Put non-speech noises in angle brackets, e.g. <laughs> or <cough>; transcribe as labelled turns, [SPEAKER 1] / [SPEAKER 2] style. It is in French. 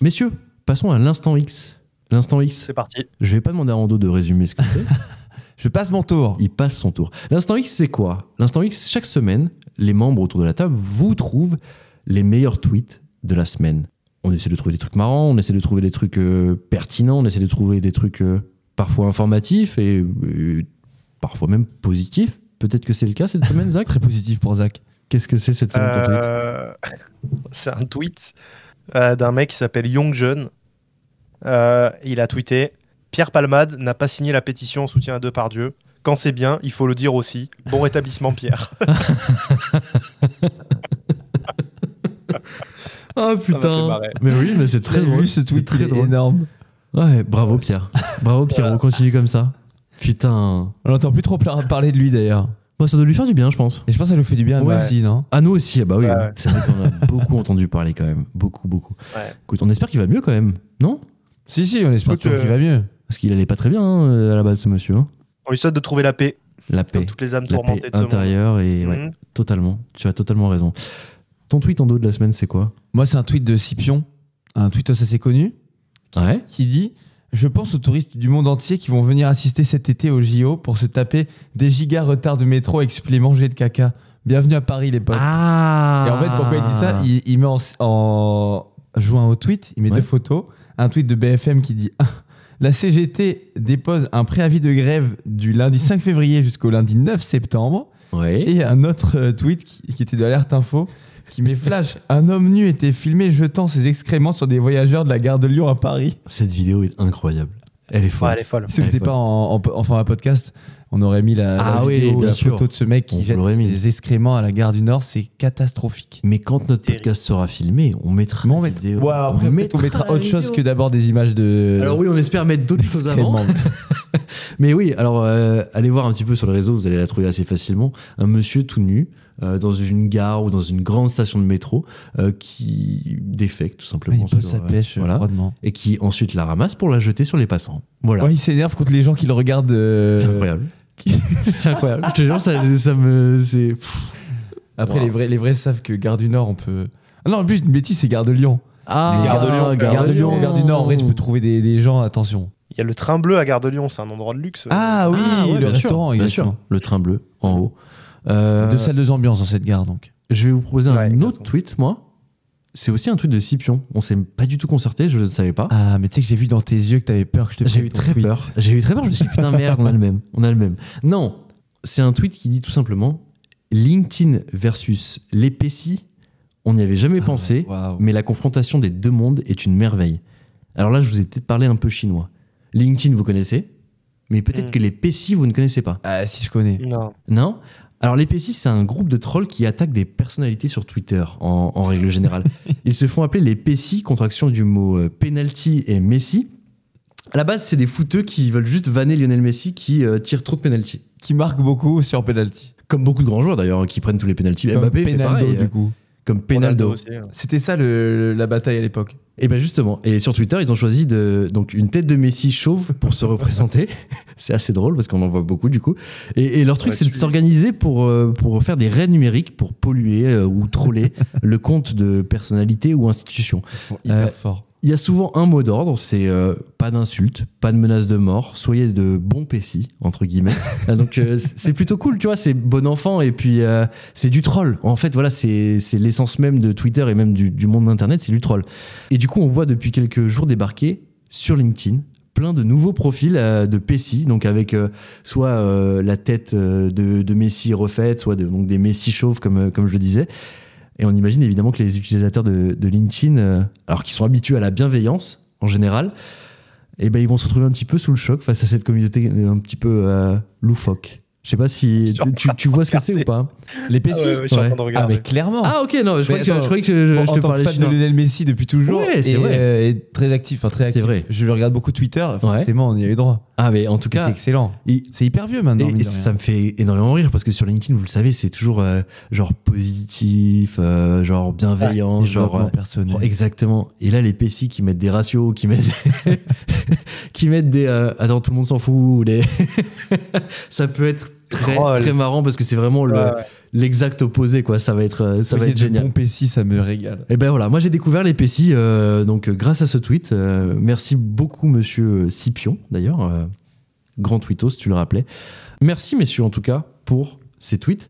[SPEAKER 1] Messieurs, passons à l'instant X. L'instant X.
[SPEAKER 2] C'est parti.
[SPEAKER 1] Je vais pas demander à Rando de résumer ce que <laughs> c'est.
[SPEAKER 3] Je passe mon tour.
[SPEAKER 1] Il passe son tour. L'instant X, c'est quoi L'instant X, chaque semaine, les membres autour de la table vous trouvent les meilleurs tweets de la semaine. On essaie de trouver des trucs marrants, on essaie de trouver des trucs euh, pertinents, on essaie de trouver des trucs euh, parfois informatifs et, euh, parfois même positifs. Peut-être que c'est le cas cette semaine, <laughs> Zach
[SPEAKER 3] Très positif pour Zach.
[SPEAKER 1] Qu'est-ce que c'est cette semaine ton tweet
[SPEAKER 2] Euh, <laughs> C'est un tweet euh, d'un mec qui s'appelle Young John. Euh, il a tweeté Pierre Palmade n'a pas signé la pétition en soutien à Depardieu. Quand c'est bien, il faut le dire aussi. Bon rétablissement, Pierre. <laughs>
[SPEAKER 1] Ah
[SPEAKER 2] m'a fait marrer.
[SPEAKER 1] Mais oui, mais c'est très
[SPEAKER 3] J'ai
[SPEAKER 1] drôle.
[SPEAKER 3] vu ce tweet
[SPEAKER 1] C'est très
[SPEAKER 3] il est
[SPEAKER 1] drôle.
[SPEAKER 3] énorme.
[SPEAKER 1] Ouais, bravo <laughs> Pierre. Bravo Pierre, on continue comme ça. Putain.
[SPEAKER 3] On n'entend plus trop pla- parler de lui d'ailleurs.
[SPEAKER 1] Moi, ça doit lui faire du bien, je pense.
[SPEAKER 3] Et je pense que ça nous fait du bien à nous
[SPEAKER 2] Ouais.
[SPEAKER 3] aussi, non
[SPEAKER 1] Ah, nous aussi, ah bah oui.
[SPEAKER 2] Ouais,
[SPEAKER 1] oui.
[SPEAKER 2] ouais.
[SPEAKER 1] C'est vrai qu'on a <laughs> beaucoup entendu parler quand même. Beaucoup, beaucoup.
[SPEAKER 2] Ouais.
[SPEAKER 1] Écoute, on espère qu'il va mieux quand même, non
[SPEAKER 3] Si, si, on espère
[SPEAKER 2] Écoute,
[SPEAKER 3] toujours
[SPEAKER 2] euh,
[SPEAKER 3] qu'il va mieux.
[SPEAKER 1] Parce qu'il allait pas très bien hein, à la base, ce monsieur. hein.
[SPEAKER 2] On lui souhaite de trouver la paix,
[SPEAKER 1] La paix.
[SPEAKER 2] comme toutes les âmes
[SPEAKER 1] La paix
[SPEAKER 2] tourmentées de ce monde.
[SPEAKER 1] intérieure et. Ouais,
[SPEAKER 2] Mhm.
[SPEAKER 1] totalement. Tu as totalement raison. Ton tweet en dos de la semaine, c'est quoi
[SPEAKER 3] Moi, c'est un tweet de Scipion, un tweet assez connu,
[SPEAKER 1] Ouais.
[SPEAKER 3] qui dit Je pense aux touristes du monde entier qui vont venir assister cet été au JO pour se taper des gigas retards de métro avec supplé manger de caca. Bienvenue à Paris, les potes.
[SPEAKER 1] Ah
[SPEAKER 3] Et en fait, pourquoi il dit ça il, il met en, en joint au tweet, il met
[SPEAKER 1] Ouais.
[SPEAKER 3] deux photos. Un tweet de BFM qui dit ah, La CGT dépose un préavis de grève du lundi 5 février jusqu'au lundi 9 septembre.
[SPEAKER 1] Ouais.
[SPEAKER 3] Et un autre euh, tweet qui, qui était de l'alerte info qui
[SPEAKER 1] <laughs>
[SPEAKER 3] met flash. Un homme nu était filmé jetant ses excréments sur des voyageurs de la gare de Lyon à Paris.
[SPEAKER 1] Cette vidéo est incroyable. Elle est folle.
[SPEAKER 2] Ouais, elle est folle.
[SPEAKER 3] Si on
[SPEAKER 1] Ouais,
[SPEAKER 3] n'était pas en, en, en format podcast, on aurait mis la, la
[SPEAKER 1] Ah oui,
[SPEAKER 3] vidéo,
[SPEAKER 1] bien
[SPEAKER 3] la
[SPEAKER 1] sûr.
[SPEAKER 3] photo de ce mec
[SPEAKER 1] On
[SPEAKER 3] qui jette
[SPEAKER 1] l'aurait mis.
[SPEAKER 3] ses excréments à la gare du Nord. C'est catastrophique.
[SPEAKER 1] Mais quand notre
[SPEAKER 2] Terrible.
[SPEAKER 1] podcast sera filmé, on mettra.
[SPEAKER 3] Mais on
[SPEAKER 1] la
[SPEAKER 3] mettra-
[SPEAKER 1] vidéo.
[SPEAKER 3] Ouais, après,
[SPEAKER 1] On
[SPEAKER 3] peut-être on mettra
[SPEAKER 1] la
[SPEAKER 3] autre chose
[SPEAKER 1] vidéo.
[SPEAKER 3] que d'abord des images de.
[SPEAKER 1] Alors oui, on espère mettre d'autres choses avant.
[SPEAKER 3] excréments.
[SPEAKER 1] Mais oui, alors euh, allez voir un petit peu sur le réseau, vous allez la trouver assez facilement. Un monsieur tout nu euh, dans une gare ou dans une grande station de métro euh, qui défecte tout
[SPEAKER 3] Ouais,
[SPEAKER 1] simplement
[SPEAKER 3] il pose
[SPEAKER 1] sur,
[SPEAKER 3] sa
[SPEAKER 1] euh,
[SPEAKER 3] pêche euh,
[SPEAKER 1] voilà,
[SPEAKER 3] froidement.
[SPEAKER 1] et qui ensuite la ramasse pour la jeter sur les passants. Voilà.
[SPEAKER 3] Ouais, il s'énerve contre les gens qui le regardent. euh,
[SPEAKER 1] C'est incroyable. <laughs> c'est incroyable. Je te jure, ça, ça me. c'est- pff.
[SPEAKER 3] Après,
[SPEAKER 1] Wow.
[SPEAKER 3] les, vrais, les vrais savent que Gare du Nord, on peut. Ah non, en plus, une bêtise, c'est Gare de Lyon.
[SPEAKER 1] Ah,
[SPEAKER 2] Mais Gare de Lyon, frère.
[SPEAKER 3] Gare de Lyon,
[SPEAKER 2] Lyon.
[SPEAKER 3] Gare du Nord, en vrai, tu peux trouver des, des gens, attention.
[SPEAKER 2] Il y a le train bleu à Gare de Lyon, c'est un endroit de luxe.
[SPEAKER 3] Ah oui,
[SPEAKER 1] Ah, ouais,
[SPEAKER 3] le
[SPEAKER 1] bien sûr,
[SPEAKER 3] restaurant,
[SPEAKER 1] bien
[SPEAKER 3] exactement.
[SPEAKER 1] sûr. Le train bleu en haut. Euh,
[SPEAKER 3] Deux salles de ambiance dans cette gare, donc.
[SPEAKER 1] Je vais vous proposer
[SPEAKER 2] Ouais,
[SPEAKER 1] un
[SPEAKER 2] exactement.
[SPEAKER 1] autre tweet, moi. C'est aussi un tweet de Scipion. On s'est pas du tout concerté, je ne savais pas.
[SPEAKER 3] Ah, mais tu sais que j'ai vu dans tes yeux que t'avais peur que je te
[SPEAKER 1] J'ai
[SPEAKER 3] prenne
[SPEAKER 1] eu
[SPEAKER 3] ton
[SPEAKER 1] très
[SPEAKER 3] tweet.
[SPEAKER 1] peur. J'ai eu très peur. Je me suis dit, putain, merde, on a le même. On a le même. Non, c'est un tweet qui dit tout simplement LinkedIn versus l'EPC. On n'y avait jamais
[SPEAKER 3] Ah,
[SPEAKER 1] pensé,
[SPEAKER 3] waouh.
[SPEAKER 1] mais la confrontation des deux mondes est une merveille. Alors là, je vous ai peut-être parlé un peu chinois. LinkedIn, vous connaissez, mais peut-être
[SPEAKER 2] Mm.
[SPEAKER 1] que les PC, vous ne connaissez pas.
[SPEAKER 3] Ah, si je connais.
[SPEAKER 2] Non.
[SPEAKER 1] Non Alors les PC, c'est un groupe de trolls qui attaquent des personnalités sur Twitter, en, en règle
[SPEAKER 3] <laughs>
[SPEAKER 1] générale. Ils se font appeler les PC, contraction du mot euh, penalty et Messi. À la base, c'est des fouteux qui veulent juste vanner Lionel Messi qui euh, tire trop de penalty.
[SPEAKER 3] Qui marque beaucoup sur penalty.
[SPEAKER 1] Comme beaucoup de grands joueurs d'ailleurs, hein, qui prennent tous les penalties.
[SPEAKER 3] Comme
[SPEAKER 1] Mbappé fait
[SPEAKER 3] Penaldo,
[SPEAKER 1] pareil, euh,
[SPEAKER 3] du coup.
[SPEAKER 1] comme
[SPEAKER 2] Ronaldo
[SPEAKER 1] Penaldo.
[SPEAKER 2] aussi. hein.
[SPEAKER 3] C'était ça le- la bataille à l'époque.
[SPEAKER 1] Et bien Eh ben, justement, et sur Twitter, ils ont choisi de, donc une tête de Messi chauve pour se représenter. <laughs> c'est assez drôle parce qu'on en voit beaucoup du coup. Et, et leur truc,
[SPEAKER 2] Ouais,
[SPEAKER 1] c'est de
[SPEAKER 2] tu-
[SPEAKER 1] s'organiser pour, euh, pour faire des raids numériques pour polluer euh, ou
[SPEAKER 2] <laughs>
[SPEAKER 1] troller le compte de personnalité ou institution.
[SPEAKER 3] Ils sont hyper
[SPEAKER 1] Euh,
[SPEAKER 3] forts.
[SPEAKER 1] Il y a souvent un mot d'ordre, c'est euh, pas d'insultes, pas de menaces de mort, soyez de bons pessis, entre guillemets. Ah, Donc euh, c'est- c'est plutôt cool, tu vois, c'est bon enfant et puis euh, c'est du troll. En fait, voilà, c'est c'est l'essence même de Twitter et même du, du monde d'Internet, c'est du troll. Et du coup, on voit depuis quelques jours débarquer sur LinkedIn plein de nouveaux profils euh, de pessis, donc avec euh, soit euh, la tête euh, de, de Messi refaite, soit de- donc des Messi chauves, comme, euh, comme je le disais. Et on imagine évidemment que les utilisateurs de, de LinkedIn, euh, alors qu'ils sont habitués à la bienveillance en général, eh ben ils vont se retrouver un petit peu sous le choc face à cette communauté euh, un petit peu euh, loufoque. Je sais pas si
[SPEAKER 2] Je suis
[SPEAKER 1] tu, tu- tu vois ce que c'est ou pas.
[SPEAKER 3] Les PC
[SPEAKER 2] Ah ouais, ouais, je suis en
[SPEAKER 1] Ouais.
[SPEAKER 2] train de
[SPEAKER 3] Ah,
[SPEAKER 2] regarder.
[SPEAKER 3] mais clairement.
[SPEAKER 1] Ah ok non, je
[SPEAKER 3] Mais
[SPEAKER 1] croyais que,
[SPEAKER 3] attends,
[SPEAKER 1] je croyais que je,
[SPEAKER 3] Bon,
[SPEAKER 1] je
[SPEAKER 3] en
[SPEAKER 1] te
[SPEAKER 3] tant que
[SPEAKER 1] parlais
[SPEAKER 3] fan de
[SPEAKER 1] chinois.
[SPEAKER 3] Lionel Messi depuis toujours
[SPEAKER 1] Ouais, c'est
[SPEAKER 3] et,
[SPEAKER 1] vrai.
[SPEAKER 3] euh, et très actif, enfin très
[SPEAKER 1] C'est
[SPEAKER 3] actif.
[SPEAKER 1] vrai.
[SPEAKER 3] Je le regarde beaucoup Twitter, forcément on y a eu droit.
[SPEAKER 1] Ah mais en tout
[SPEAKER 3] Et C'est
[SPEAKER 1] cas,
[SPEAKER 3] excellent.
[SPEAKER 1] il-
[SPEAKER 3] C'est hyper vieux maintenant.
[SPEAKER 1] Et
[SPEAKER 3] mine de
[SPEAKER 1] ça
[SPEAKER 3] rien.
[SPEAKER 1] me fait énormément rire parce que sur LinkedIn, vous le savez, c'est toujours euh, genre positif, euh, genre bienveillant, genre.
[SPEAKER 3] Développement
[SPEAKER 1] euh,
[SPEAKER 3] personnel.
[SPEAKER 1] genre, exactement. Et là, les PC qui mettent des ratios, qui mettent, <laughs> qui mettent des. euh, attends, tout le monde s'en fout. ou des <laughs> ça peut être très,
[SPEAKER 2] Troll.
[SPEAKER 1] très marrant parce que c'est vraiment le-
[SPEAKER 2] Ouais, ouais.
[SPEAKER 1] l'exact opposé, quoi. Ça va être, euh, ça va
[SPEAKER 3] Soyez
[SPEAKER 1] être
[SPEAKER 3] des
[SPEAKER 1] génial.
[SPEAKER 3] bons Pessis, ça me régale.
[SPEAKER 1] Et ben voilà, moi j'ai découvert les Pessis euh, donc euh, grâce à ce tweet. Euh, merci beaucoup Monsieur Scipion d'ailleurs, euh, grand tweetos, tu le rappelais. Merci messieurs en tout cas pour ces tweets.